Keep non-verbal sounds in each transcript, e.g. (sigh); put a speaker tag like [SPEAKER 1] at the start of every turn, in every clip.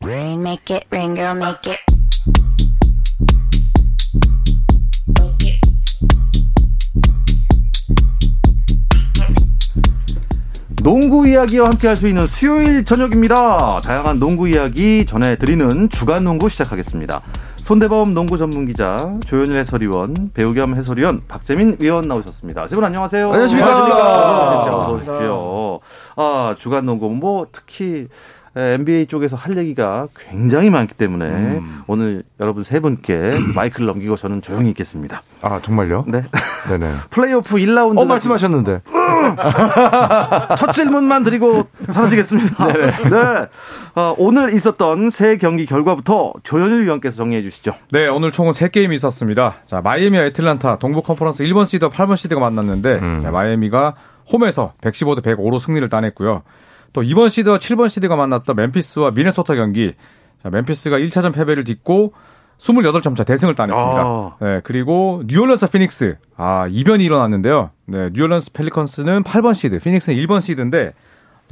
[SPEAKER 1] ring, make it ring, girl, make it.
[SPEAKER 2] 농구 이야기와 함께 할 수 있는 수요일 저녁입니다. 다양한 농구 이야기 전해드리는 주간 농구 시작하겠습니다. 손대범 농구 전문 기자, 조현일 해설위원, 배우 겸 해설위원, 박재민 위원 나오셨습니다. 세 분 안녕하세요.
[SPEAKER 3] 안녕하십니까.
[SPEAKER 2] 안녕하십니까. 어서 오십시오. 아, 주간 농구, 뭐, 특히, 에, NBA 쪽에서 할 얘기가 굉장히 많기 때문에 오늘 여러분 세 분께 마이크를 넘기고 저는 조용히 있겠습니다.
[SPEAKER 3] 아 정말요?
[SPEAKER 2] 네. (laughs)
[SPEAKER 3] 네네.
[SPEAKER 2] 플레이오프 1라운드.
[SPEAKER 3] 어 말씀하셨는데.
[SPEAKER 2] 첫 질문만 드리고 사라지겠습니다. (laughs) 네. 어, 오늘 있었던 세 경기 결과부터 조현일 위원께서 정리해 주시죠.
[SPEAKER 4] 네, 오늘 총은 3게임이 있었습니다. 자, 마이애미와 애틀란타, 동부 컨퍼런스 1번 시드와 8번 시드가 만났는데, 자, 마이애미가 홈에서 115대 105로 승리를 따냈고요. 또 2번 시드와 7번 시드가 만났던 멤피스와 미네소타 경기, 자, 멤피스가 1차전 패배를 딛고 28점 차 대승을 따냈습니다.
[SPEAKER 2] 아.
[SPEAKER 4] 네, 그리고 뉴올런스 피닉스, 아, 이변이 일어났는데요. 네, 뉴올런스 펠리컨스는 8번 시드, 피닉스는 1번 시드인데,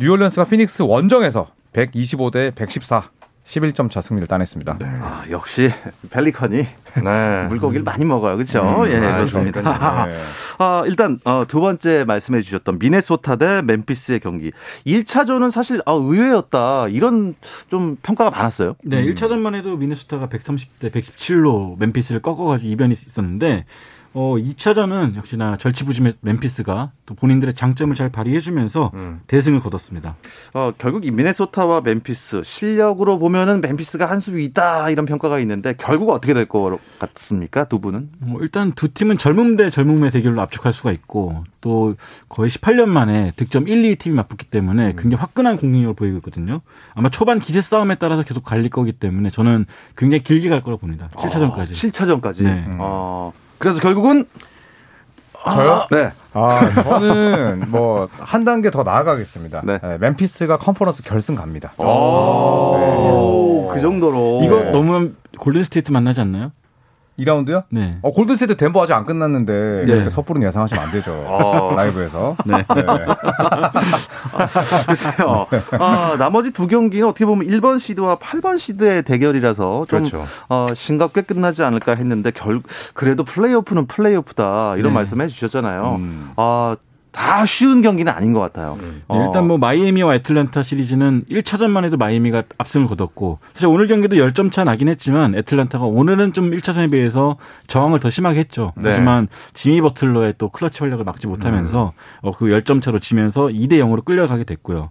[SPEAKER 4] 뉴올런스가 피닉스 원정에서 125대 114, 11점 차 승리를 따냈습니다.
[SPEAKER 2] 아, 역시 펠리컨이 (laughs)
[SPEAKER 3] 네.
[SPEAKER 2] 물고기를 많이 먹어요. 그렇죠? 예, 그렇습니다.
[SPEAKER 4] 네.
[SPEAKER 2] (laughs) 아, 일단 어, 두 번째 말씀해 주셨던 미네소타 대 멤피스의 경기. 1차전은 사실 아, 의외였다. 이런 좀 평가가 많았어요.
[SPEAKER 5] 네, 1차전만 해도 미네소타가 130대 117로 멤피스를 꺾어가지고 이변이 있었는데, 어, 2차전은 역시나 절치부심의 멤피스가 또 본인들의 장점을 잘 발휘해주면서 대승을 거뒀습니다.
[SPEAKER 2] 어, 결국 이 미네소타와 멤피스 실력으로 보면은 멤피스가 한 수위 있다 이런 평가가 있는데 결국 어떻게 될 것 같습니까? 두 분은?
[SPEAKER 5] 뭐 일단 두 팀은 젊음 대 젊음의 대결로 압축할 수가 있고, 또 거의 18년 만에 득점 1, 2 팀이 맞붙기 때문에 굉장히 화끈한 공격력을 보이고 있거든요. 아마 초반 기세 싸움에 따라서 계속 갈릴 거기 때문에 저는 굉장히 길게 갈 거라고 봅니다. 7차전까지.
[SPEAKER 2] 아, 7차전까지.
[SPEAKER 5] 네.
[SPEAKER 2] 어, 그래서 결국은
[SPEAKER 4] 저요?
[SPEAKER 2] 네.
[SPEAKER 4] 아, 저는 뭐 한 단계 더 나아가겠습니다.
[SPEAKER 2] 네. 어.
[SPEAKER 4] 네. 멤피스가 컨퍼런스 결승 갑니다.
[SPEAKER 2] 오, 그 정도로
[SPEAKER 5] 아. 네. 이거 너무 골든스테이트 만나지 않나요?
[SPEAKER 4] 2라운드요?
[SPEAKER 5] 네.
[SPEAKER 4] 어, 골든스테이트 덴버 아직 안 끝났는데
[SPEAKER 5] 네.
[SPEAKER 4] 그러니까 섣부른 예상하시면 안 되죠. 라이브에서. 네.
[SPEAKER 2] 글쎄요. (laughs) 아, 나머지 두 경기는 어떻게 보면 1번 시드와 8번 시드의 대결이라서 좀
[SPEAKER 3] 그렇죠.
[SPEAKER 2] 어, 심각하게 끝나지 않을까 했는데 결 그래도 플레이오프는 플레이오프다
[SPEAKER 5] 네.
[SPEAKER 2] 이런 말씀해 주셨잖아요.
[SPEAKER 4] 음.
[SPEAKER 2] 아, 다 쉬운 경기는 아닌 것 같아요.
[SPEAKER 5] 음.
[SPEAKER 2] 어.
[SPEAKER 5] 네, 일단 뭐 마이애미와 애틀란타 시리즈는 1차전만 해도 마이애미가 압승을 거뒀고 사실 오늘 경기도 10점 차 나긴 했지만 애틀란타가 오늘은 좀 1차전에 비해서 저항을 더 심하게 했죠. 하지만 지미 버틀러의 또 클러치 활약을 막지 못하면서 어, 그 10점 차로 지면서 2대 0으로 끌려가게 됐고요.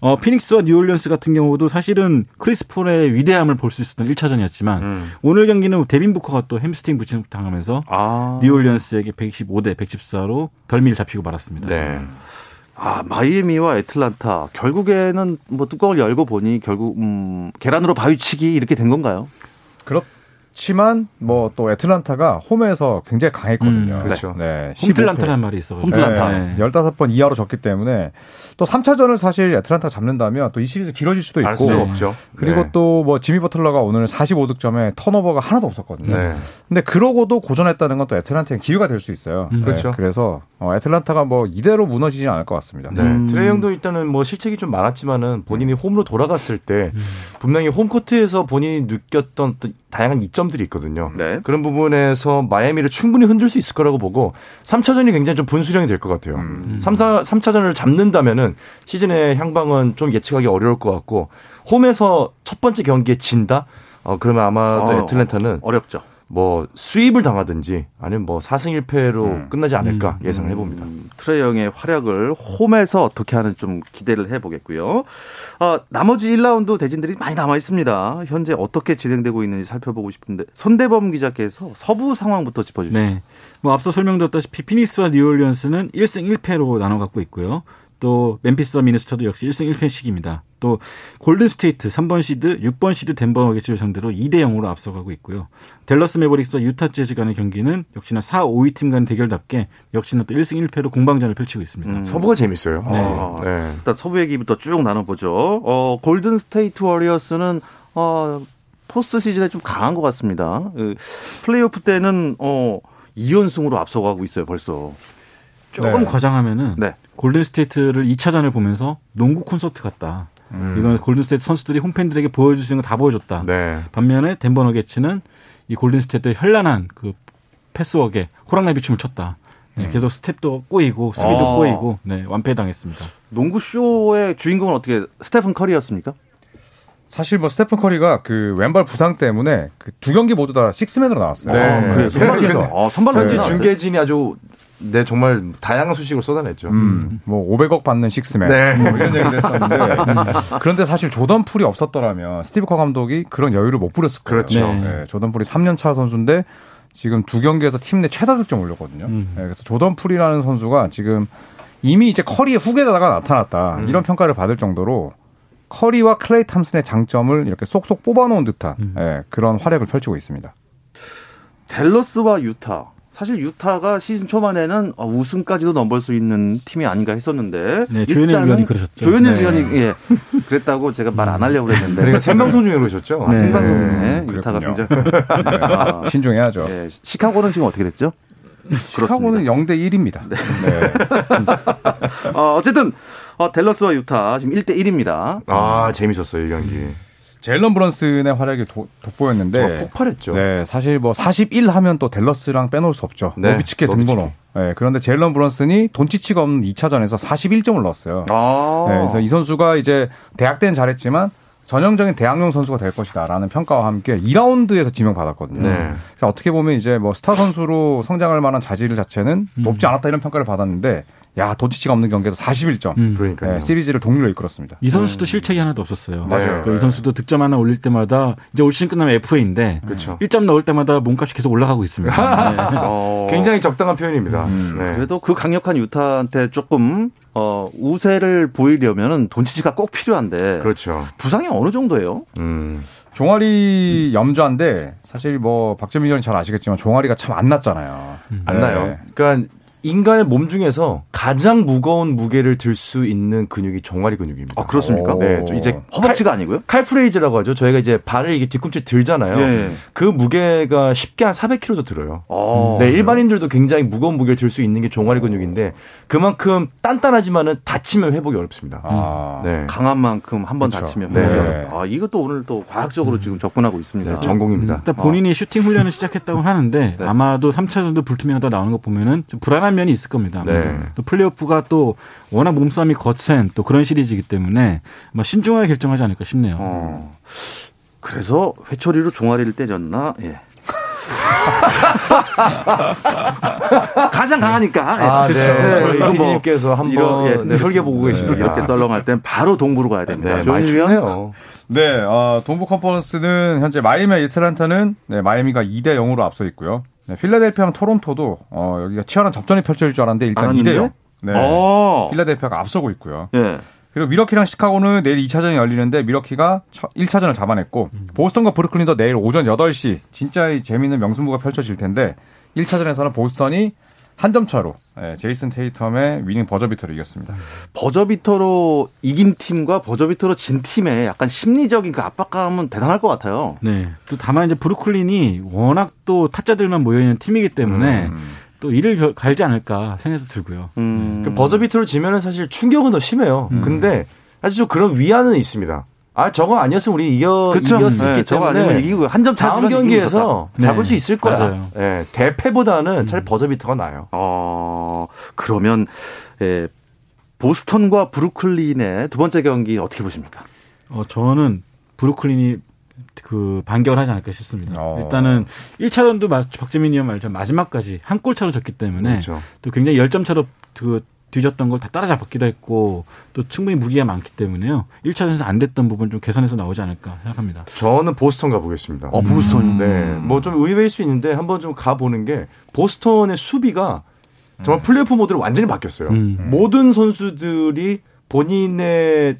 [SPEAKER 5] 어, 피닉스와 뉴올리언스 같은 경우도 사실은 크리스폴의 위대함을 볼 수 있었던 1차전이었지만 오늘 경기는 데빈 부커가 또 햄스팅 부침 당하면서
[SPEAKER 2] 아,
[SPEAKER 5] 뉴올리언스에게 115대 114로 덜미를 잡히고 말았습니다.
[SPEAKER 3] 네.
[SPEAKER 2] 아, 마이애미와 애틀란타 결국에는 뭐 뚜껑을 열고 보니 결국 음, 계란으로 바위치기 이렇게 된 건가요?
[SPEAKER 4] 그렇지만 뭐 또 애틀란타가 홈에서 굉장히 강했거든요.
[SPEAKER 5] 음,
[SPEAKER 3] 그렇죠.
[SPEAKER 4] 네. 15
[SPEAKER 5] 홈틀란타라는 말이 있어요.
[SPEAKER 4] 네, 15번 이하로 졌기 때문에 또 3차전을 사실 애틀란타가 잡는다면 또 이 시리즈 길어질 수도 있고
[SPEAKER 3] 알 수 없죠.
[SPEAKER 4] 그리고
[SPEAKER 3] 네.
[SPEAKER 4] 또 뭐 지미 버틀러가 오늘 45득점에 턴오버가 하나도 없었거든요.
[SPEAKER 3] 네.
[SPEAKER 4] 근데 그러고도 고전했다는 건 또 애틀란타의 기회가 될 수 있어요. 네,
[SPEAKER 5] 음.
[SPEAKER 3] 그렇죠.
[SPEAKER 4] 그래서 어, 애틀란타가 뭐 이대로 무너지진 않을 것 같습니다.
[SPEAKER 3] 네. 트레이형도 일단은 뭐 실책이 좀 많았지만은 본인이 홈으로 돌아갔을 때 분명히 홈코트에서 본인이 느꼈던 어떤 다양한 이점들이 있거든요.
[SPEAKER 2] 네.
[SPEAKER 3] 그런 부분에서 마이애미를 충분히 흔들 수 있을 거라고 보고 3차전이 굉장히 좀 분수령이 될 것 같아요.
[SPEAKER 4] 음.
[SPEAKER 3] 삼 3, 3차전을 잡는다면은 시즌의 향방은 좀 예측하기 어려울 것 같고 홈에서 첫 번째 경기에 진다? 어, 그러면 아마도
[SPEAKER 2] 어,
[SPEAKER 3] 애틀랜타는
[SPEAKER 2] 어렵죠.
[SPEAKER 3] 뭐 수입을 당하든지 아니면 뭐 4승 1패로 끝나지 않을까
[SPEAKER 5] 음.
[SPEAKER 3] 예상을 해봅니다.
[SPEAKER 2] 트레이 형의 활약을 홈에서 어떻게 하는 좀 기대를 해보겠고요. 아, 나머지 1라운드 대진들이 많이 남아 있습니다. 현재 어떻게 진행되고 있는지 살펴보고 싶은데 손대범 기자께서 서부 상황부터 짚어주시죠.
[SPEAKER 5] 네. 뭐 앞서 설명드렸다시피 피니스와 뉴올리언스는 1승 1패로 나눠 갖고 있고요. 또 멤피스와 미네소타도 역시 1승 1패씩입니다. 또 골든스테이트 3번 시드, 6번 시드 덴버 너게츠를 상대로 2대 0으로 앞서가고 있고요. 델러스 매버릭스와 유타 재즈 간의 경기는 역시나 4, 5위 팀 간의 대결답게 역시나 또 1승 1패로 공방전을 펼치고 있습니다.
[SPEAKER 3] 서부가 재밌어요.
[SPEAKER 2] 음. 아.
[SPEAKER 3] 네.
[SPEAKER 2] 일단 서부 얘기부터 쭉 나눠보죠. 어, 골든 스테이트 워리어스는 어, 포스트 시즌에 좀 강한 것 같습니다. 그 플레이오프 때는 어, 2연승으로 앞서가고 있어요, 벌써.
[SPEAKER 5] 조금
[SPEAKER 4] 네.
[SPEAKER 5] 과장하면은
[SPEAKER 2] 네.
[SPEAKER 5] 골든스테이트를 2차전을 보면서 농구 콘서트 같다. 이건 골든스테이트 선수들이 홈팬들에게 보여줄 수 있는 거 다 보여줬다.
[SPEAKER 3] 네.
[SPEAKER 5] 반면에 덴버 너게츠는 이 골든스테이트의 현란한 그 패스웍에 호랑나비 춤을 췄다.
[SPEAKER 3] 음.
[SPEAKER 5] 네, 계속 스텝도 꼬이고 수비도
[SPEAKER 3] 어.
[SPEAKER 2] 아.
[SPEAKER 5] 꼬이고 네, 완패당했습니다.
[SPEAKER 2] 농구 쇼의 주인공은 어떻게 스테픈 커리였습니까?
[SPEAKER 4] 사실 뭐 스테픈 커리가 그 왼발 부상 때문에 그 두 경기 모두 다 식스맨으로 나왔어요.
[SPEAKER 3] 네.
[SPEAKER 2] 아, 그래요. 선발로
[SPEAKER 3] 근데
[SPEAKER 2] 아, 선발로
[SPEAKER 3] 현지
[SPEAKER 2] 나왔어요?
[SPEAKER 3] 중계진이 아주 네 정말 다양한 소식을 쏟아냈죠.
[SPEAKER 4] 음, 뭐 500억 받는 식스맨
[SPEAKER 3] 네.
[SPEAKER 4] 뭐 이런 얘기도 했었는데 그런데 사실 조던 풀이 없었더라면 스티브 커 감독이 그런 여유를 못 부렸을 거예요.
[SPEAKER 3] 그렇죠.
[SPEAKER 5] 네.
[SPEAKER 4] 예, 조던 풀이 3년 차 선수인데 지금 두 경기에서 팀 내 최다 득점 올렸거든요. 예, 그래서 조던 풀이라는 선수가 지금 이미 이제 커리의 후계자가 나타났다 이런 평가를 받을 정도로 커리와 클레이 탐슨의 장점을 이렇게 쏙쏙 뽑아놓은 듯한 예, 그런 활약을 펼치고 있습니다.
[SPEAKER 2] 댈러스와 유타. 사실 유타가 시즌 초반에는 아, 우승까지도 넘볼 수 있는 팀이 아닌가 했었는데
[SPEAKER 5] 네, 조현일
[SPEAKER 2] 일단은
[SPEAKER 5] 위원이 그러셨죠.
[SPEAKER 2] 조현일
[SPEAKER 4] 네.
[SPEAKER 2] 위원이 예, 그랬다고 제가 말 안 하려고 그랬는데
[SPEAKER 3] 그러니까 생방송 중에 그러셨죠.
[SPEAKER 2] 네, 생방송에
[SPEAKER 4] 네,
[SPEAKER 2] 유타가
[SPEAKER 4] 그랬군요.
[SPEAKER 2] 굉장히 아,
[SPEAKER 4] 신중해야죠.
[SPEAKER 2] 예, 시카고는 지금 어떻게 됐죠?
[SPEAKER 4] 시카고는 0대 1입니다. 네.
[SPEAKER 2] 어, 어쨌든 어, 댈러스와 유타 지금 1대 1입니다.
[SPEAKER 3] 아 재밌었어요 이 경기.
[SPEAKER 4] 제일런 브런슨의 활약이 도-
[SPEAKER 3] 정말
[SPEAKER 4] 돋보였는데
[SPEAKER 3] 폭발했죠.
[SPEAKER 4] 네, 사실 뭐 41 하면 또 댈러스랑 빼놓을 수 없죠.
[SPEAKER 3] 네,
[SPEAKER 4] 노비치키의
[SPEAKER 3] 노비치키.
[SPEAKER 4] 등번호. 네, 그런데 제일런 브런슨이 돈치치가 없는 2차전에서 41점을 넣었어요.
[SPEAKER 2] 아,
[SPEAKER 4] 네, 그래서 이 선수가 이제 대학 때는 잘했지만 전형적인 대학용 선수가 될 것이다라는 평가와 함께 2라운드에서 지명받았거든요.
[SPEAKER 3] 네.
[SPEAKER 4] 그래서 어떻게 보면 이제 뭐 스타 선수로 성장할 만한 자질 자체는 높지 않았다 이런 평가를 받았는데 야 돈치치가 없는 경기에서 41점
[SPEAKER 5] 음.
[SPEAKER 3] 그러니까요.
[SPEAKER 4] 네, 시리즈를 동률로 이끌었습니다.
[SPEAKER 5] 이 선수도 실책이 하나도 없었어요.
[SPEAKER 3] 음.
[SPEAKER 5] 그러니까
[SPEAKER 3] 맞아요. 네.
[SPEAKER 5] 그이 선수도 득점 하나 올릴 때마다 이제 올 시즌 끝나면 FA인데
[SPEAKER 3] 그렇죠.
[SPEAKER 5] 1점 넣을 때마다 몸값이 계속 올라가고
[SPEAKER 3] (laughs)
[SPEAKER 5] 있습니다. 네.
[SPEAKER 2] 어,
[SPEAKER 3] 굉장히 적당한 표현입니다. 네.
[SPEAKER 2] 그래도 그 강력한 유타한테 조금 어, 우세를 보이려면은 돈치치가 꼭 필요한데
[SPEAKER 3] 그렇죠.
[SPEAKER 2] 부상이 어느 정도예요?
[SPEAKER 3] 음.
[SPEAKER 4] 종아리 염좌인데 사실 뭐 박재민 의원이 잘 아시겠지만 종아리가 참 안 났잖아요.
[SPEAKER 3] 안
[SPEAKER 4] 네.
[SPEAKER 3] 나요. 그러니까 인간의 몸 중에서 가장 무거운 무게를 들 수 있는 근육이 종아리 근육입니다.
[SPEAKER 2] 아, 그렇습니까?
[SPEAKER 3] 네, 저 이제
[SPEAKER 2] 허벅지가 아니고요?
[SPEAKER 3] 칼프레이즈라고 하죠. 저희가 이제 발을 이게 뒤꿈치 들잖아요.
[SPEAKER 2] 예.
[SPEAKER 3] 그 무게가 쉽게 한 400kg도 들어요.
[SPEAKER 2] 어,
[SPEAKER 3] 네, 일반인들도 굉장히 무거운 무게를 들 수 있는 게 종아리 근육인데 그만큼 단단하지만은 다치면 회복이 어렵습니다.
[SPEAKER 4] 아,
[SPEAKER 3] 네.
[SPEAKER 2] 강한 만큼 한 번
[SPEAKER 4] 그렇죠.
[SPEAKER 2] 다치면
[SPEAKER 3] 네. 음.
[SPEAKER 2] 회복이 어렵다. 아, 이것도 오늘 또 과학적으로 지금 접근하고 있습니다.
[SPEAKER 3] 네, 전공입니다.
[SPEAKER 5] 일단 본인이 슈팅 훈련을 시작했다고 하는데
[SPEAKER 2] 네.
[SPEAKER 5] 아마도 3차전도 불투명하다 나오는 거 보면은 좀 불안한 면이 있을 겁니다.
[SPEAKER 3] 네.
[SPEAKER 5] 또 플레이오프가 또 워낙 몸싸움이 거센 또 그런 시리즈이기 때문에
[SPEAKER 3] 어.
[SPEAKER 5] 아마 신중하게 결정하지 않을까 싶네요.
[SPEAKER 2] 어. 그래서 회초리로 종아리를 때렸나? 예. (laughs) 가장 강하니까. 예.
[SPEAKER 3] 아, 네. 저희
[SPEAKER 2] 이건 뭐
[SPEAKER 3] PD님께서 한번 네,
[SPEAKER 2] 이런, 예,
[SPEAKER 3] 설계 보고 계십니다.
[SPEAKER 2] 이렇게 썰렁할 땐 바로 동부로 가야 됩니다.
[SPEAKER 3] 네, 많이
[SPEAKER 2] 조현일 위원?
[SPEAKER 3] 춥네요.
[SPEAKER 4] 네, 어, 동부 컨퍼런스는 현재 마이애미와 이틀란타는 네, 마이애미가 2대 0으로 앞서 있고요. 네, 필라델피아랑 토론토도 어, 여기가 치열한 접전이 펼쳐질 줄 알았는데 일단
[SPEAKER 2] 알았는데?
[SPEAKER 4] 2대 0. 네.
[SPEAKER 2] 어.
[SPEAKER 4] 필라델피아가 앞서고 있고요.
[SPEAKER 2] 예.
[SPEAKER 4] 그리고 미러키랑 시카고는 내일 2차전이 열리는데 미러키가 1차전을 잡아냈고 보스턴과 브루클린도 내일 오전 8시 진짜 이 재미있는 명승부가 펼쳐질 텐데 1차전에서는 보스턴이 한 점 차로 예, 제이슨 테이텀의 위닝 버저비터를 이겼습니다.
[SPEAKER 2] 버저비터로 이긴 팀과 버저비터로 진 팀의 약간 심리적인 그 압박감은 대단할 것 같아요.
[SPEAKER 5] 네. 또 다만 이제 브루클린이 워낙 또 타짜들만 모여 있는 팀이기 때문에
[SPEAKER 3] 음.
[SPEAKER 5] 또 이를 겨- 갈지 않을까 생각도 들고요.
[SPEAKER 2] 음.
[SPEAKER 3] 그 버저비터로 지면은 사실 충격은 더 심해요. 근데 사실 좀 그런 위안은 있습니다. 아, 저거 아니었으면 우리 이겨,
[SPEAKER 2] 그쵸?
[SPEAKER 3] 이겼기
[SPEAKER 2] 네, 저거
[SPEAKER 3] 때문에
[SPEAKER 2] 아니면 이기고 한 점
[SPEAKER 3] 다음
[SPEAKER 2] 차지면
[SPEAKER 3] 경기에서
[SPEAKER 5] 이기고 있었다.
[SPEAKER 3] 잡을
[SPEAKER 5] 네.
[SPEAKER 3] 수 있을 거야.
[SPEAKER 5] 맞아요. 음.
[SPEAKER 3] 예, 대패보다는 차라리 버저비터가 나아요.
[SPEAKER 2] 어, 그러면 예, 보스턴과 브루클린의 두 번째 경기 어떻게 보십니까?
[SPEAKER 5] 어, 저는 브루클린이 그 반격을 하지 않을까 싶습니다.
[SPEAKER 4] 어.
[SPEAKER 5] 일단은 1차전도 박재민 의원 말처럼 마지막까지 한 골 차로 졌기 때문에
[SPEAKER 3] 그렇죠.
[SPEAKER 5] 또 굉장히 열점 차로 그 뒤졌던 걸 다 따라잡기도 했고 또 충분히 무기가 많기 때문에요. 1차전에서 안 됐던 부분 좀 개선해서 나오지 않을까 생각합니다.
[SPEAKER 3] 저는 보스턴 가보겠습니다.
[SPEAKER 2] 어, 보스턴.
[SPEAKER 3] 네,
[SPEAKER 5] 음.
[SPEAKER 3] 뭐 좀 의외일 수 있는데 한번 좀 가보는 게 보스턴의 수비가 정말 플레이오프 모드로 완전히 바뀌었어요.
[SPEAKER 5] 네. 음.
[SPEAKER 3] 모든 선수들이 본인의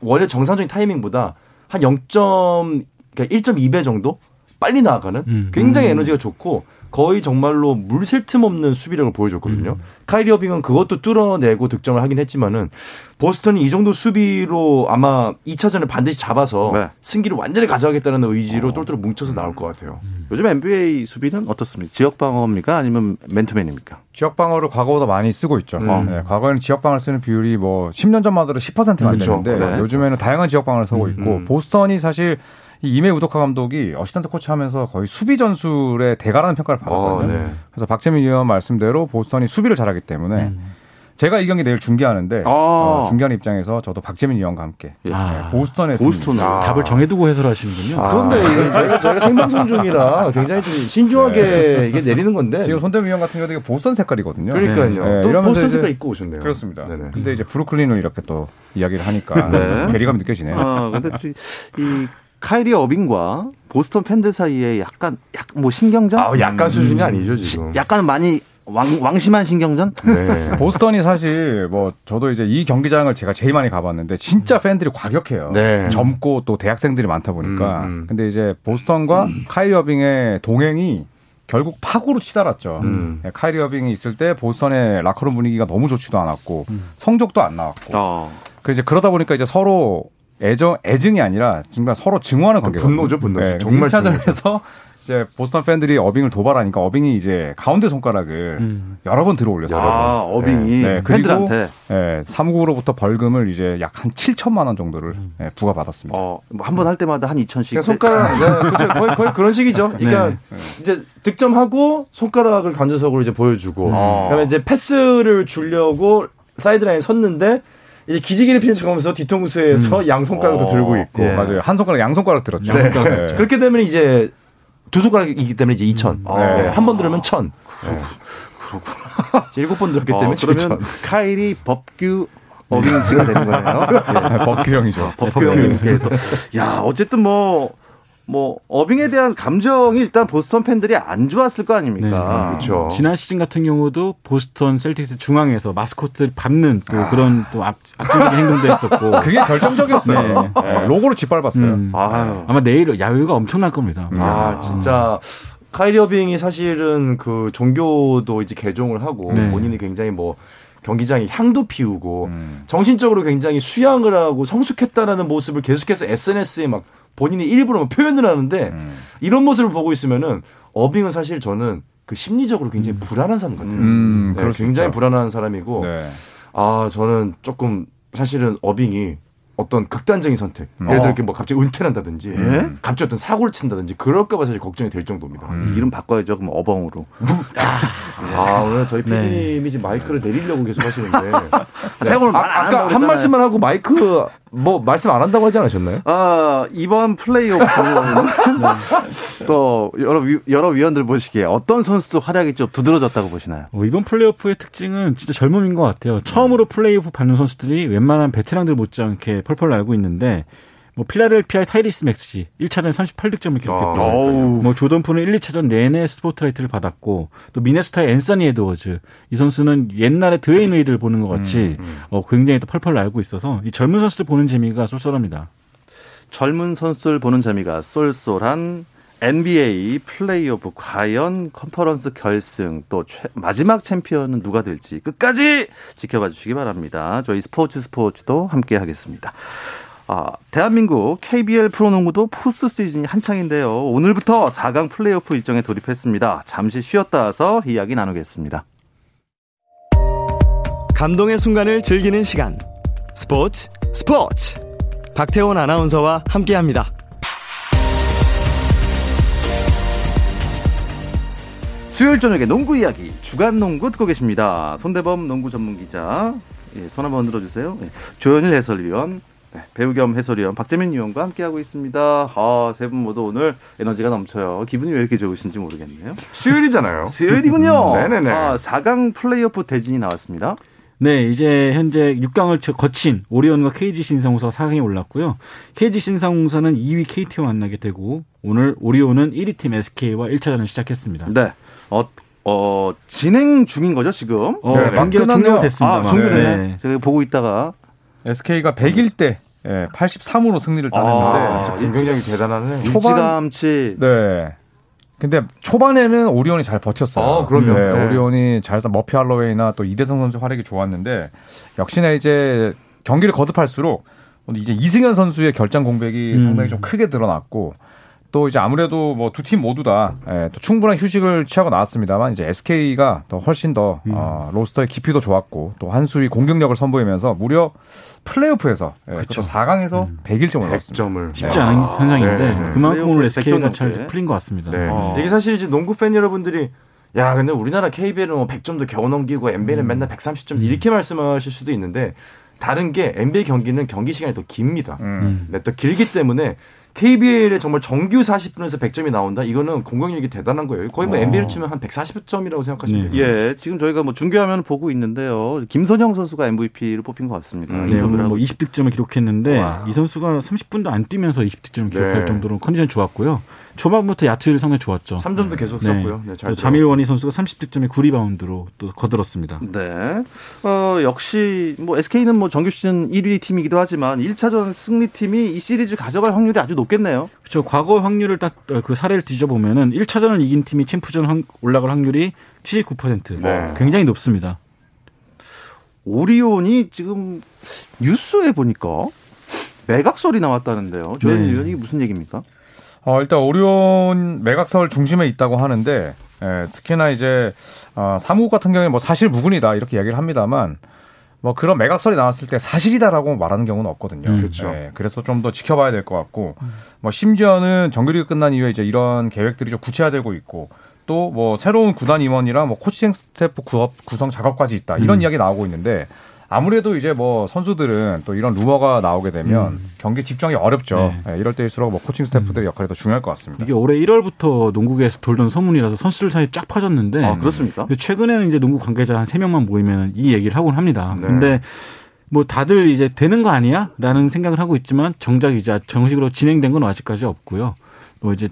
[SPEAKER 3] 원래 정상적인 타이밍보다 한 0. 그러니까 1.2배 정도 빨리 나아가는
[SPEAKER 5] 음.
[SPEAKER 3] 굉장히 에너지가 좋고 거의 정말로 물샐 틈 없는 수비력을 보여줬거든요. 카이리 어빙은 그것도 뚫어내고 득점을 하긴 했지만은 보스턴이 이 정도 수비로 아마 2차전을 반드시 잡아서
[SPEAKER 2] 네.
[SPEAKER 3] 승기를 완전히 가져가겠다는 의지로 똘똘 뭉쳐서 나올 것 같아요.
[SPEAKER 2] 요즘 NBA 수비는 어떻습니까? 지역 방어입니까? 아니면 맨투맨입니까?
[SPEAKER 4] 지역 방어를 과거보다 많이 쓰고 있죠.
[SPEAKER 2] 음.
[SPEAKER 4] 네, 과거에는 지역 방어를 쓰는 비율이 뭐 10년 전만 하더라도 10%가 안
[SPEAKER 3] 그쵸.
[SPEAKER 4] 되는데
[SPEAKER 2] 네.
[SPEAKER 4] 요즘에는 다양한 지역 방어를 쓰고 있고
[SPEAKER 3] 그렇죠. 음.
[SPEAKER 4] 보스턴이 사실 이 이메 우도카 감독이 어시스턴트 코치 하면서 거의 수비 전술의 대가라는 평가를 받았거든요.
[SPEAKER 3] 어, 네.
[SPEAKER 4] 그래서 박재민 의원 말씀대로 보스턴이 수비를 잘하기 때문에
[SPEAKER 3] 음.
[SPEAKER 4] 제가 이 경기 내일 중계하는데
[SPEAKER 2] 아.
[SPEAKER 4] 어, 중계하는 입장에서 저도 박재민 의원과 함께
[SPEAKER 3] 예.
[SPEAKER 4] 네,
[SPEAKER 5] 아.
[SPEAKER 4] 보스턴에서
[SPEAKER 2] 보스턴. 아.
[SPEAKER 5] 답을 정해두고 해설하시는군요.
[SPEAKER 3] 아. 그런데 이건 저희가, 저희가 생방송 중이라 굉장히 좀 신중하게 이게 내리는 건데.
[SPEAKER 4] 지금 손대민 의원 같은 경우도 이게 보스턴 색깔이거든요.
[SPEAKER 3] 네. 그러니까요.
[SPEAKER 4] 네,
[SPEAKER 3] 또
[SPEAKER 4] 이러면서
[SPEAKER 3] 보스턴
[SPEAKER 4] 이제-
[SPEAKER 3] 색깔 입고 오셨네요.
[SPEAKER 4] 그렇습니다.
[SPEAKER 3] 네네.
[SPEAKER 4] 근데 이제 브루클린을 이렇게 또 이야기를
[SPEAKER 3] (laughs)
[SPEAKER 4] 하니까
[SPEAKER 2] 네.
[SPEAKER 4] 괴리감이 느껴지네요.
[SPEAKER 2] 어, 근데 또 이- 이 카이리 어빙과 보스턴 팬들 사이에 약간 약 뭐 신경전?
[SPEAKER 3] 아, 약간 수준이
[SPEAKER 2] 음.
[SPEAKER 3] 아니죠, 지금.
[SPEAKER 2] 약간 많이 왕, 왕심한 신경전?
[SPEAKER 3] 네.
[SPEAKER 4] 보스턴이 사실 뭐 저도 이제 이 경기장을 제가 제일 많이 가봤는데 진짜 팬들이 과격해요.
[SPEAKER 3] 음. 네.
[SPEAKER 4] 젊고 또 대학생들이 많다 보니까.
[SPEAKER 3] 음, 음.
[SPEAKER 4] 근데 이제 보스턴과 카이리 어빙의 동행이 결국 파고로 치달았죠.
[SPEAKER 3] 음.
[SPEAKER 4] 네, 카이리 어빙이 있을 때 보스턴의 라커룸 분위기가 너무 좋지도 않았고
[SPEAKER 3] 음.
[SPEAKER 4] 성적도 안 나왔고.
[SPEAKER 2] 어.
[SPEAKER 4] 그래서 이제 그러다 보니까 이제 서로 애정 애증이 아니라 정말 서로 증오하는 관계
[SPEAKER 3] 분노죠, 분노. 정말
[SPEAKER 4] 차전에서 (laughs) 이제 보스턴 팬들이 어빙을 도발하니까 어빙이 이제 가운데 손가락을
[SPEAKER 5] 음.
[SPEAKER 4] 여러 번 들어올렸어요. 네,
[SPEAKER 2] 아, 어빙이
[SPEAKER 4] 그리고
[SPEAKER 2] 팬들한테?
[SPEAKER 4] 예, 사무국으로부터 벌금을 이제 약 한 7천만 원 정도를
[SPEAKER 3] 음.
[SPEAKER 4] 예, 부과받았습니다.
[SPEAKER 2] 어, 한 번 할 때마다 한 2천씩.
[SPEAKER 3] 그러니까 손가락, 네, 그렇죠. 거의, 거의 그런 식이죠. 그러니까 이제 득점하고 손가락을 관절석으로 이제 보여주고,
[SPEAKER 2] 어.
[SPEAKER 3] 그다음에 이제 패스를 주려고 사이드라인 섰는데 이제 기지개를 피는 척하면서 뒤통수에서 양 손가락도
[SPEAKER 2] 어.
[SPEAKER 3] 들고 있고,
[SPEAKER 2] 예.
[SPEAKER 4] 맞아요. 한 손가락, 양 손가락 들었죠.
[SPEAKER 3] 네.
[SPEAKER 4] 네.
[SPEAKER 3] 그렇게 되면 이제 두 손가락이기 때문에 이제 2천.
[SPEAKER 4] 네.
[SPEAKER 3] 한 번 들으면 천. 그렇구나. 일곱 번 들었기 때문에
[SPEAKER 2] 어, 그러면
[SPEAKER 3] 7천.
[SPEAKER 2] 카이리 법규 어빙지가 되는 거네요.
[SPEAKER 3] (laughs)
[SPEAKER 4] 법규형이죠. 네,
[SPEAKER 2] 법규형님께서. 야, 어쨌든 뭐, 뭐, 어빙에 대한 감정이 일단 보스턴 팬들이 안 좋았을 거 네. 아닙니까? 음.
[SPEAKER 3] 그렇죠.
[SPEAKER 5] 그러니까. 음. 지난 시즌 같은 경우도 보스턴 셀틱스 중앙에서 마스코트를 밟는 또 그런 또 악, 악질적인 행동도 했었고.
[SPEAKER 4] 그게 결정적이었어요.
[SPEAKER 3] 네.
[SPEAKER 4] 예, 로고를 짓밟았어요.
[SPEAKER 5] 음.
[SPEAKER 2] 아유.
[SPEAKER 5] 아마 내일 야유가 엄청날 겁니다.
[SPEAKER 3] 아, 진짜. 카이리 어빙이 사실은 그 종교도 이제 개종을 하고
[SPEAKER 5] 네.
[SPEAKER 3] 본인이 굉장히 뭐 경기장에 향도 피우고
[SPEAKER 4] 음.
[SPEAKER 3] 정신적으로 굉장히 수양을 하고 성숙했다라는 모습을 계속해서 SNS에 막 본인이 일부러 막 표현을 하는데
[SPEAKER 4] 음.
[SPEAKER 3] 이런 모습을 보고 있으면은 어빙은 사실 저는 그 심리적으로 굉장히 불안한 사람 같아요.
[SPEAKER 4] 음,
[SPEAKER 3] 네,
[SPEAKER 4] 그럴 수
[SPEAKER 3] 굉장히
[SPEAKER 4] 있죠.
[SPEAKER 3] 불안한 사람이고
[SPEAKER 4] 네.
[SPEAKER 3] 아 저는 조금 사실은 어빙이 어떤 극단적인 선택 예를 들어 음. 이렇게 뭐 갑자기 은퇴한다든지 예? 갑자기 어떤 사고를 친다든지 그럴까봐 사실 걱정이 될 정도입니다.
[SPEAKER 2] 이름 바꿔야죠. 그럼 어벙으로.
[SPEAKER 3] 아 오늘 저희 PD님이 지금 마이크를 내리려고 계속 (laughs) 하시는데
[SPEAKER 2] 생각을
[SPEAKER 3] 아,
[SPEAKER 2] 말안 한다고
[SPEAKER 3] 아까 한
[SPEAKER 2] 그랬잖아요.
[SPEAKER 3] 말씀만 하고 마이크 뭐 말씀 안 한다고 하지 않으셨나요?
[SPEAKER 2] 아, 이번 플레이오프
[SPEAKER 3] (laughs)
[SPEAKER 2] 또 여러 위, 여러 위원들 보시기에 어떤 선수들 활약이 좀 두드러졌다고 보시나요?
[SPEAKER 5] 어, 이번 플레이오프의 특징은 진짜 젊음인 것 같아요. 처음으로 플레이오프 밟는 선수들이 웬만한 베테랑들 못지않게 펄펄 날고 있는데 뭐 필라델피아의 타이리스 맥스지 1차전 38득점을 기록했고
[SPEAKER 3] 아,
[SPEAKER 2] 어우.
[SPEAKER 5] 뭐 조던푸는 1, 2차전 내내 스포트라이트를 받았고 또 미네스타의 앤서니 에드워즈 이 선수는 옛날에 드웨인 웨이드를 보는 것
[SPEAKER 2] 음,
[SPEAKER 5] 같이 어, 굉장히 또 펄펄 날고 있어서 이 젊은 선수들 보는 재미가 쏠쏠합니다.
[SPEAKER 2] 젊은 선수를 보는 재미가 쏠쏠한 NBA 플레이오프 과연 컨퍼런스 결승 또 최- 마지막 챔피언은 누가 될지 끝까지 지켜봐 주시기 바랍니다. 저희 스포츠 스포츠도 함께 하겠습니다. 아, 대한민국 KBL 프로농구도 포스트 시즌이 한창인데요. 오늘부터 4강 플레이오프 일정에 돌입했습니다. 잠시 쉬었다 와서 이야기 나누겠습니다.
[SPEAKER 6] 감동의 순간을 즐기는 시간 스포츠 스포츠 박태원 아나운서와 함께합니다.
[SPEAKER 2] 수요일 저녁에 농구 이야기 주간 농구 듣고 계십니다. 손대범 농구 전문 기자 예, 손 한번 흔들어 주세요. 예, 조현일 해설위원 네, 배우 겸 해설위원 박재민 위원과 함께 하고 있습니다. 아, 세 분 모두 오늘 에너지가 넘쳐요. 기분이 왜 이렇게 좋으신지 모르겠네요.
[SPEAKER 3] 수요일이잖아요.
[SPEAKER 2] 수요일이군요.
[SPEAKER 3] 음, (laughs) 네네네.
[SPEAKER 2] 아, 4강 플레이오프 대진이 나왔습니다.
[SPEAKER 5] 네, 이제 현재 6강을 거친 오리온과 KG 신상공사가 4강에 올랐고요. KG 신상공사는 2위 KT와 만나게 되고 오늘 오리온은 1위 팀 SK와 1차전을 시작했습니다.
[SPEAKER 2] 네. 어, 어, 진행 중인 거죠, 지금?
[SPEAKER 5] 어,
[SPEAKER 4] 네,
[SPEAKER 5] 경기가
[SPEAKER 4] 끝났네요.
[SPEAKER 5] 종료가 됐습니다.
[SPEAKER 2] 아, 종료되네.
[SPEAKER 5] 네.
[SPEAKER 2] 제가 보고 있다가
[SPEAKER 4] SK가 101대 83으로 승리를 따냈는데
[SPEAKER 3] 네,
[SPEAKER 2] 아,
[SPEAKER 3] 굉장히 대단하네요.
[SPEAKER 4] 초반-
[SPEAKER 2] 일찌감치
[SPEAKER 4] 네. 근데 초반에는 오리온이 잘 버텼어요.
[SPEAKER 3] 아, 그럼요.
[SPEAKER 4] 네,
[SPEAKER 3] 네.
[SPEAKER 4] 오리온이 잘해서 머피 할로웨이나 또 이대성 선수 활약이 좋았는데 역시나 이제 경기를 거듭할수록 오늘 이제 이승현 선수의 결장 공백이
[SPEAKER 3] 음.
[SPEAKER 4] 상당히 좀 크게 드러났고 또 이제 아무래도 뭐 두 팀 모두 다 예, 또 충분한 휴식을 취하고 나왔습니다만 이제 SK가 더 훨씬 더
[SPEAKER 3] 음.
[SPEAKER 4] 어, 로스터의 깊이도 좋았고 또 한수위 공격력을 선보이면서 무려 플레이오프에서 예, 그렇죠. 4강에서 100일점을 얻었습니다.
[SPEAKER 3] 음. 100점을.
[SPEAKER 5] 쉽지 않은 현상인데
[SPEAKER 3] 네, 네.
[SPEAKER 5] 그만큼 오늘 SK가
[SPEAKER 2] 백전
[SPEAKER 5] 잘
[SPEAKER 2] 넘게.
[SPEAKER 5] 풀린 것 같습니다.
[SPEAKER 3] 네.
[SPEAKER 2] 어.
[SPEAKER 3] 이게 사실 이제 농구 팬 여러분들이 야, 근데 우리나라 KBL은 뭐 100점도 겨우 넘기고 NBA는 맨날 130점 이렇게 말씀하실 수도 있는데 다른 게 NBA 경기는 경기 시간이 더 깁니다. 네, 더 길기 때문에 KBL에 정말 정규 40분에서 100점이 나온다. 이거는 공격력이 대단한 거예요. 거의 뭐 NBA를 치면 한 140점이라고
[SPEAKER 5] 네.
[SPEAKER 3] 생각하시면 돼요.
[SPEAKER 2] 예, 지금 저희가 뭐 중계화면 보고 있는데요. 김선영 선수가 MVP를 뽑힌 것 같습니다.
[SPEAKER 3] 음,
[SPEAKER 5] 네, 오늘
[SPEAKER 2] 인터뷰를
[SPEAKER 5] 뭐
[SPEAKER 2] 하고
[SPEAKER 5] 20득점을 기록했는데
[SPEAKER 2] 와.
[SPEAKER 5] 이 선수가 30분도 안 뛰면서 20득점을 기록할
[SPEAKER 3] 네.
[SPEAKER 5] 정도로 컨디션 좋았고요. 초반부터 야투율이 상당히 좋았죠.
[SPEAKER 3] 3점도 계속 썼고요. 네, 잘
[SPEAKER 5] 또 자밀원희 선수가 30득점에 9리바운드로 또 거들었습니다.
[SPEAKER 2] 네. 어, 역시 뭐 SK는 뭐 정규 시즌 1위 팀이기도 하지만 1차전 승리팀이 이 시리즈 가져갈 확률이 아주 높겠네요.
[SPEAKER 5] 그렇죠. 과거 확률을 딱 그 사례를 뒤져보면은 1차전을 이긴 팀이 챔프전 확- 올라갈 확률이 79%.
[SPEAKER 3] 네.
[SPEAKER 5] 굉장히 높습니다.
[SPEAKER 2] 오리온이 지금 뉴스에 보니까 매각 소리 나왔다는데요. 조현
[SPEAKER 5] 네.
[SPEAKER 2] 의원이 무슨 얘기입니까?
[SPEAKER 4] 어, 일단 오리온 매각서울 중심에 있다고 하는데 예, 특히나 이제 아, 사무국 같은 경우에 뭐 사실 무근이다 이렇게 얘기를 합니다만 뭐 그런 매각설이 나왔을 때 사실이다라고 말하는 경우는 없거든요.
[SPEAKER 3] 그렇죠.
[SPEAKER 4] 예, 그래서 좀 더 지켜봐야 될 것 같고 뭐 심지어는 정규리그 끝난 이후에 이제 이런 계획들이 좀 구체화되고 있고 또 뭐 새로운 구단 임원이랑 뭐 코칭 스태프 구업, 구성 작업까지 있다
[SPEAKER 3] 음.
[SPEAKER 4] 이런 이야기 나오고 있는데 아무래도 이제 뭐 선수들은 또 이런 루머가 나오게 되면
[SPEAKER 3] 음.
[SPEAKER 4] 경기 집중이 어렵죠.
[SPEAKER 3] 네.
[SPEAKER 4] 예, 이럴 때일수록 뭐 코칭 스태프들의 역할이 더 중요할 것 같습니다.
[SPEAKER 5] 음. 이게 올해 1월부터 농구계에서 돌던 소문이라서 선수들 사이에 쫙 퍼졌는데
[SPEAKER 2] 아, 그렇습니까?
[SPEAKER 5] 근데 최근에는 이제 농구 관계자 한 세명만 모이면 이 얘기를 하곤 합니다.
[SPEAKER 3] 네.
[SPEAKER 5] 근데 뭐 다들 이제 되는 거 아니야? 라는 생각을 하고 있지만 정작 이제 정식으로 진행된 건 아직까지 없고요. 또 이제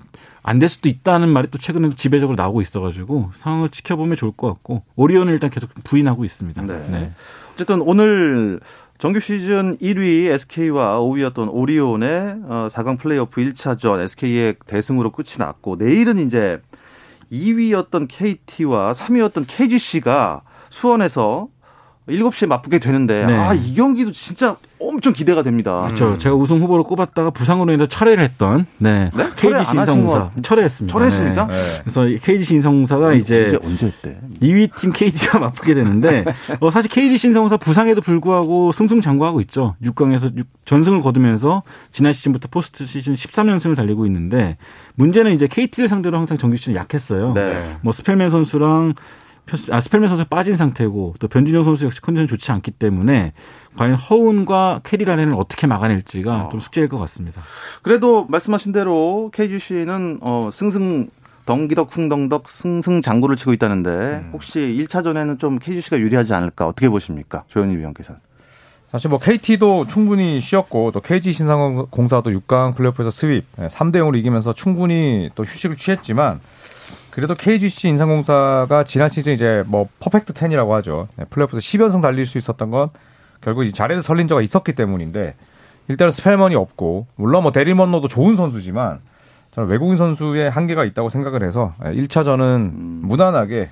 [SPEAKER 5] 안 될 수도 있다는 말이 또 최근에 지배적으로 나오고 있어가지고 상황을 지켜보면 좋을 것 같고 오리온은 일단 계속 부인하고 있습니다.
[SPEAKER 2] 네.
[SPEAKER 5] 네.
[SPEAKER 2] 어쨌든 오늘 정규 시즌 1위 SK와 5위였던 오리온의 어, 4강 플레이오프 1차전 SK의 대승으로 끝이 났고 내일은 이제 2위였던 KT와 3위였던 KGC가 수원에서 7시에 맞붙게 되는데
[SPEAKER 5] 네.
[SPEAKER 2] 아 이 경기도 진짜 엄청 기대가 됩니다.
[SPEAKER 5] 그렇죠. 제가 우승 후보로 꼽았다가 부상으로 인해서 철회를 했던
[SPEAKER 2] 네?
[SPEAKER 5] 네.
[SPEAKER 2] 철회 안
[SPEAKER 5] KGC
[SPEAKER 2] 하신 것
[SPEAKER 5] 인성공사
[SPEAKER 2] 같은데.
[SPEAKER 5] 철회했습니다.
[SPEAKER 2] 철회했습니까?
[SPEAKER 5] 네.
[SPEAKER 4] 예.
[SPEAKER 5] 그래서 이 KGC 인성공사가 이제
[SPEAKER 2] 언제 때?
[SPEAKER 5] 2위 팀 KD가 (laughs) 맞붙게 되는데 어, 사실 KD 신성사 부상에도 불구하고 승승장구하고 있죠. 6강에서 전승을 거두면서 지난 시즌부터 포스트 시즌 13연승을 달리고 있는데 문제는 이제 KT를 상대로 항상 정규 시즌 약했어요.
[SPEAKER 2] 네.
[SPEAKER 5] 뭐 스펠맨 선수랑 표- 아, 스펠맨 선수 빠진 상태고 또 변준영 선수 역시 컨디션 좋지 않기 때문에 과연 허운과 캐리라렌을 어떻게 막아낼지가 좀 숙제일 것 같습니다.
[SPEAKER 2] 그래도 말씀하신 대로 KGC는 어, 승승 덩기덕 흥덩덕 승승장구를 치고 있다는데 혹시 1차전에는 좀 KGC가 유리하지 않을까 어떻게 보십니까? 조현일 위원께서는.
[SPEAKER 4] 사실 뭐 KT도 충분히 쉬었고 또 KG 신상공사도 6강 플레이오프에서 스윕 예, 3대 0으로 이기면서 충분히 또 휴식을 취했지만 그래도 KGC 인상공사가 지난 시즌 이제 뭐 퍼펙트 10이라고 하죠. 네, 플레이오프에서 10연승 달릴 수 있었던 건 결국 이 자레드 설린저가 있었기 때문인데 일단은 스펠먼이 없고 물론 뭐 데리먼노도 좋은 선수지만 저는 외국인 선수의 한계가 있다고 생각을 해서 예, 1차전은
[SPEAKER 5] 음.
[SPEAKER 4] 무난하게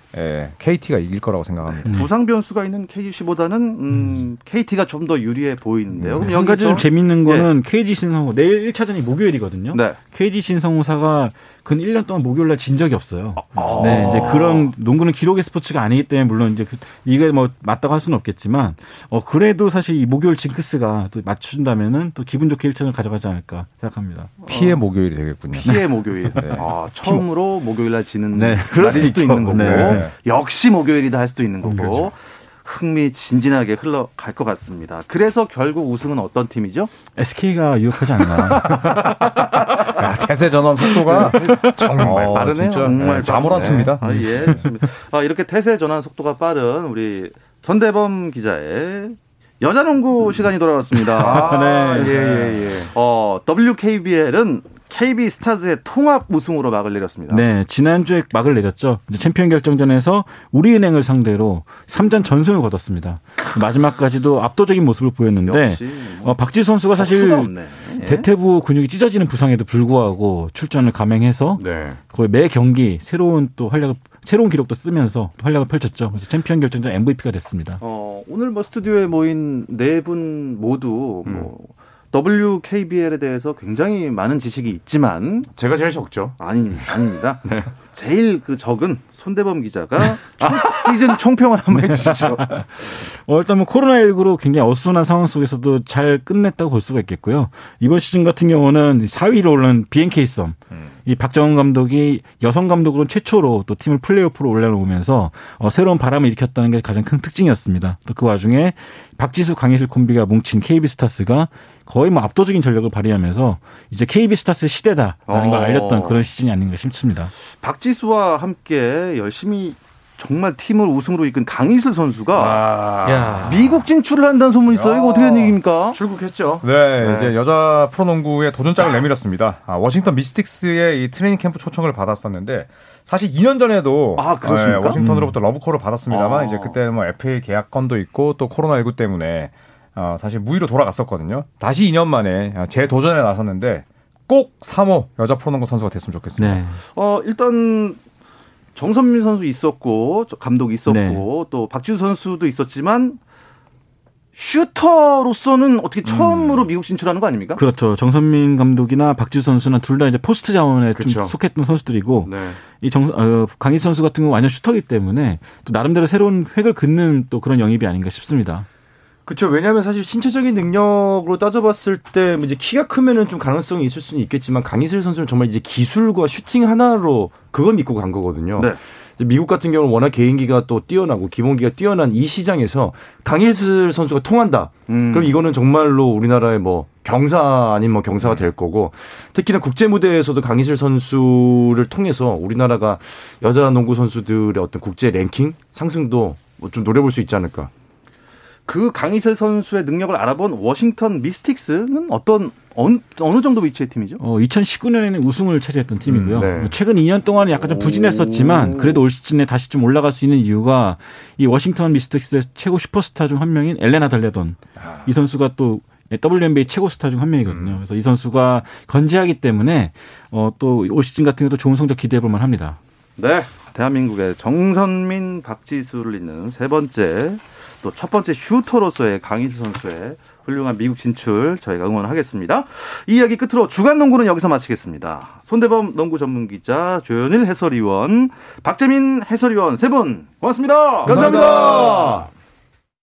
[SPEAKER 4] KT가 이길 거라고 생각합니다.
[SPEAKER 2] 부상 변수가 있는 KGC보다는 KT가 좀 더 유리해 보이는데요. 그럼
[SPEAKER 5] 네, 음. 한 가지 좀
[SPEAKER 2] 여기서 예.
[SPEAKER 5] 재밌는 거는 KG 신성호 내일 1차전이 목요일이거든요.
[SPEAKER 2] 네.
[SPEAKER 5] KG 신성호사가 근 1년 동안 목요일날 진 적이 없어요. 네, 이제 그런 농구는 기록의 스포츠가 아니기 때문에 물론 이제 그- 이게 뭐 맞다고 할 수는 없겠지만 어 그래도 사실 이 목요일 징크스가 또 맞춘다면은 또 기분 좋게 1차전 가져가지 않을까 생각합니다.
[SPEAKER 2] 어.
[SPEAKER 4] 피해
[SPEAKER 2] (laughs)
[SPEAKER 4] 목요일이 되겠군요.
[SPEAKER 2] 피해 목요일. 아, 처음으로 목요일 날 지는
[SPEAKER 5] 네,
[SPEAKER 2] 그럴
[SPEAKER 4] 날이
[SPEAKER 2] 수도
[SPEAKER 4] 있죠.
[SPEAKER 2] 있는 거고
[SPEAKER 4] 네.
[SPEAKER 2] 역시 목요일이다 할 수도 있는 거고 흥미진진하게 흘러갈 것 같습니다. 그래서 결국 우승은 어떤 팀이죠?
[SPEAKER 5] SK가 유력하지 않나.
[SPEAKER 2] 아,
[SPEAKER 4] 야, 태세 전환 속도가 네. 정말
[SPEAKER 2] 어, 빠르네요. 정말
[SPEAKER 4] 자모란트입니다.
[SPEAKER 2] 아, 예. 좋습니다. 아, 이렇게 태세 전환 속도가 빠른 우리 전대범 기자의 여자농구 시간이 돌아왔습니다.
[SPEAKER 3] 네. 예, 예, 예.
[SPEAKER 2] 어, WKBL은 KB 스타즈의 통합 우승으로 막을 내렸습니다.
[SPEAKER 5] (laughs) 네, 지난주에 막을 내렸죠. 이제 챔피언 결정전에서 우리은행을 상대로 3전 전승을 거뒀습니다. 마지막까지도 압도적인 모습을 보였는데
[SPEAKER 2] 역시 뭐
[SPEAKER 5] 어, 박지수 선수가
[SPEAKER 2] 사실
[SPEAKER 5] 사실
[SPEAKER 2] 없네.
[SPEAKER 5] 대퇴부 근육이 찢어지는 부상에도 불구하고 출전을 감행해서
[SPEAKER 3] 네.
[SPEAKER 5] 거의 매 경기 새로운 또 활약을 새로운 기록도 쓰면서 또 활약을 펼쳤죠. 그래서 챔피언 결정전 MVP가 됐습니다.
[SPEAKER 2] 어, 오늘 뭐 스튜디오에 모인 네 분 모두 뭐 WKBL에 대해서 굉장히 많은 지식이 있지만
[SPEAKER 3] 제가 제일 적죠.
[SPEAKER 2] 아닙니다.
[SPEAKER 3] (laughs)
[SPEAKER 2] 아닙니다.
[SPEAKER 3] 네.
[SPEAKER 2] 제일 그 적은 손대범 기자가 총-
[SPEAKER 3] 아.
[SPEAKER 2] 시즌 총평을
[SPEAKER 3] (laughs)
[SPEAKER 2] 한번
[SPEAKER 3] 네.
[SPEAKER 2] 해주시죠.
[SPEAKER 5] 어, 일단 뭐 코로나19로 굉장히 어수선한 상황 속에서도 잘 끝냈다고 볼 수가 있겠고요. 이번 시즌 같은 경우는 4위로 올른 BNK 썸.
[SPEAKER 3] 음.
[SPEAKER 5] 이 박정은 감독이 여성 감독으로 최초로 또 팀을 플레이오프로 올려놓으면서 어, 새로운 바람을 일으켰다는 게 가장 큰 특징이었습니다. 또 그 와중에 박지수 강예실 콤비가 뭉친 KB 스타스가 거의 뭐 압도적인 전력을 발휘하면서 이제 KB 스타스 시대다라는 걸
[SPEAKER 2] 어.
[SPEAKER 5] 알렸던 그런 시즌이 아닌가 싶습니다.
[SPEAKER 2] 박지수와 함께 열심히 정말 팀을 우승으로 이끈 강희슬 선수가
[SPEAKER 7] 야.
[SPEAKER 2] 미국 진출을 한다는 소문이 있어요. 이거 어떻게 된 얘기입니까?
[SPEAKER 3] 아. 출국했죠.
[SPEAKER 4] 네, 이제 여자 프로농구에 도전장을 내밀었습니다. 아, 워싱턴 미스틱스의 이 트레이닝 캠프 초청을 받았었는데 사실 2년 전에도 네,
[SPEAKER 2] 아, 그렇습니까?
[SPEAKER 4] 워싱턴으로부터 러브콜을 받았습니다만
[SPEAKER 2] 아.
[SPEAKER 4] 이제 그때 뭐 FA 계약건도 있고 또 코로나19 때문에 어, 사실 무위로 돌아갔었거든요. 다시 2년 만에 재도전에 나섰는데 꼭 3호 여자 프로농구 선수가 됐으면 좋겠습니다.
[SPEAKER 5] 네.
[SPEAKER 2] 어, 일단 정선민 선수 있었고 저 감독 있었고
[SPEAKER 3] 네.
[SPEAKER 2] 또 박지수 선수도 있었지만 슈터로서는 어떻게 처음으로 미국 진출하는 거 아닙니까?
[SPEAKER 5] 그렇죠. 정선민 감독이나 박지수 선수나 둘 다 이제 포스트 자원에
[SPEAKER 3] 그렇죠.
[SPEAKER 5] 좀 속했던 선수들이고
[SPEAKER 2] 네.
[SPEAKER 5] 이 정, 어, 강희 선수 같은 경우 완전 슈터기 때문에 또 나름대로 새로운 획을 긋는 또 그런 영입이 아닌가 싶습니다.
[SPEAKER 3] 그렇죠. 왜냐하면 사실 신체적인 능력으로 따져봤을 때뭐 이제 키가 크면은 좀 가능성이 있을 수는 있겠지만 강희슬 선수는 정말 이제 기술과 슈팅 하나로 그걸 믿고 간 거거든요.
[SPEAKER 2] 네.
[SPEAKER 3] 이제 미국 같은 경우는 워낙 개인기가 또 뛰어나고 기본기가 뛰어난 이 시장에서 강희슬 선수가 통한다.
[SPEAKER 2] 음.
[SPEAKER 3] 그럼 이거는 정말로 우리나라의 뭐 경사 아닌 뭐 경사가 될 거고 특히나 국제 무대에서도 강희슬 선수를 통해서 우리나라가 여자 농구 선수들의 어떤 국제 랭킹 상승도 뭐좀 노려볼 수 있지 않을까.
[SPEAKER 2] 그 강희철 선수의 능력을 알아본 워싱턴 미스틱스는 어떤 어느, 어느 정도 위치의 팀이죠?
[SPEAKER 5] 어, 2019년에는 우승을 차지했던 팀이고요. 뭐
[SPEAKER 3] 네.
[SPEAKER 5] 최근 2년 동안 약간 좀 부진했었지만 그래도 올 시즌에 다시 좀 올라갈 수 있는 이유가 이 워싱턴 미스틱스의 최고 슈퍼스타 중 한 명인 엘레나 달레돈 이 선수가 또 WNBA 최고 스타 중 한 명이거든요. 그래서 이 선수가 건재하기 때문에 어, 또올 시즌 같은 경우도 좋은 성적 기대해 볼 만합니다.
[SPEAKER 2] 네. 대한민국의 정선민, 박지수를 잇는 세 번째 또 첫 번째 슈터로서의 강희철 선수의 훌륭한 미국 진출 저희가 응원하겠습니다. 이 이야기 끝으로 주간 농구는 여기서 마치겠습니다. 손대범 농구 전문 기자, 조현일 해설위원, 박재민 해설위원 세 분 고맙습니다.
[SPEAKER 3] 감사합니다.